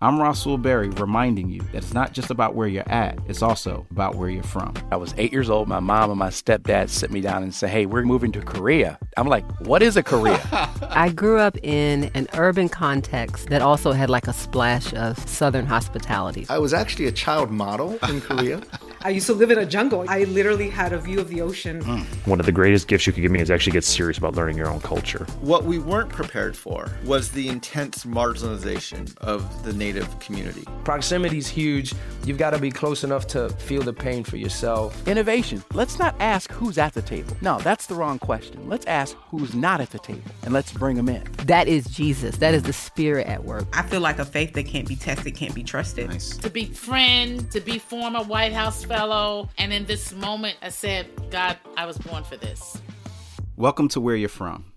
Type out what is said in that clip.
I'm Rasul Berry reminding you that it's not just about where you're at, it's also about where you're from. I was eight years old. My mom and my stepdad sit me down and say, Hey, we're moving to Korea. I'm like, What is a Korea? I grew up in an urban context that also had like a splash of Southern hospitality. I was actually a child model in Korea. I used to live in a jungle. I literally had a view of the ocean. Mm. One of the greatest gifts you could give me is actually get serious about learning your own culture. What we weren't prepared for was the intense marginalization of the Native community. Proximity is huge. You've got to be close enough to feel the pain for yourself. Innovation. Let's not ask who's at the table. No, that's the wrong question. Let's ask who's not at the table and let's bring them in. That is Jesus. That is the spirit at work. I feel like a faith that can't be tested can't be trusted. Nice. To be friend, to be former White House fellow. And in this moment, I said, God, I was born for this. Welcome to Where You're From.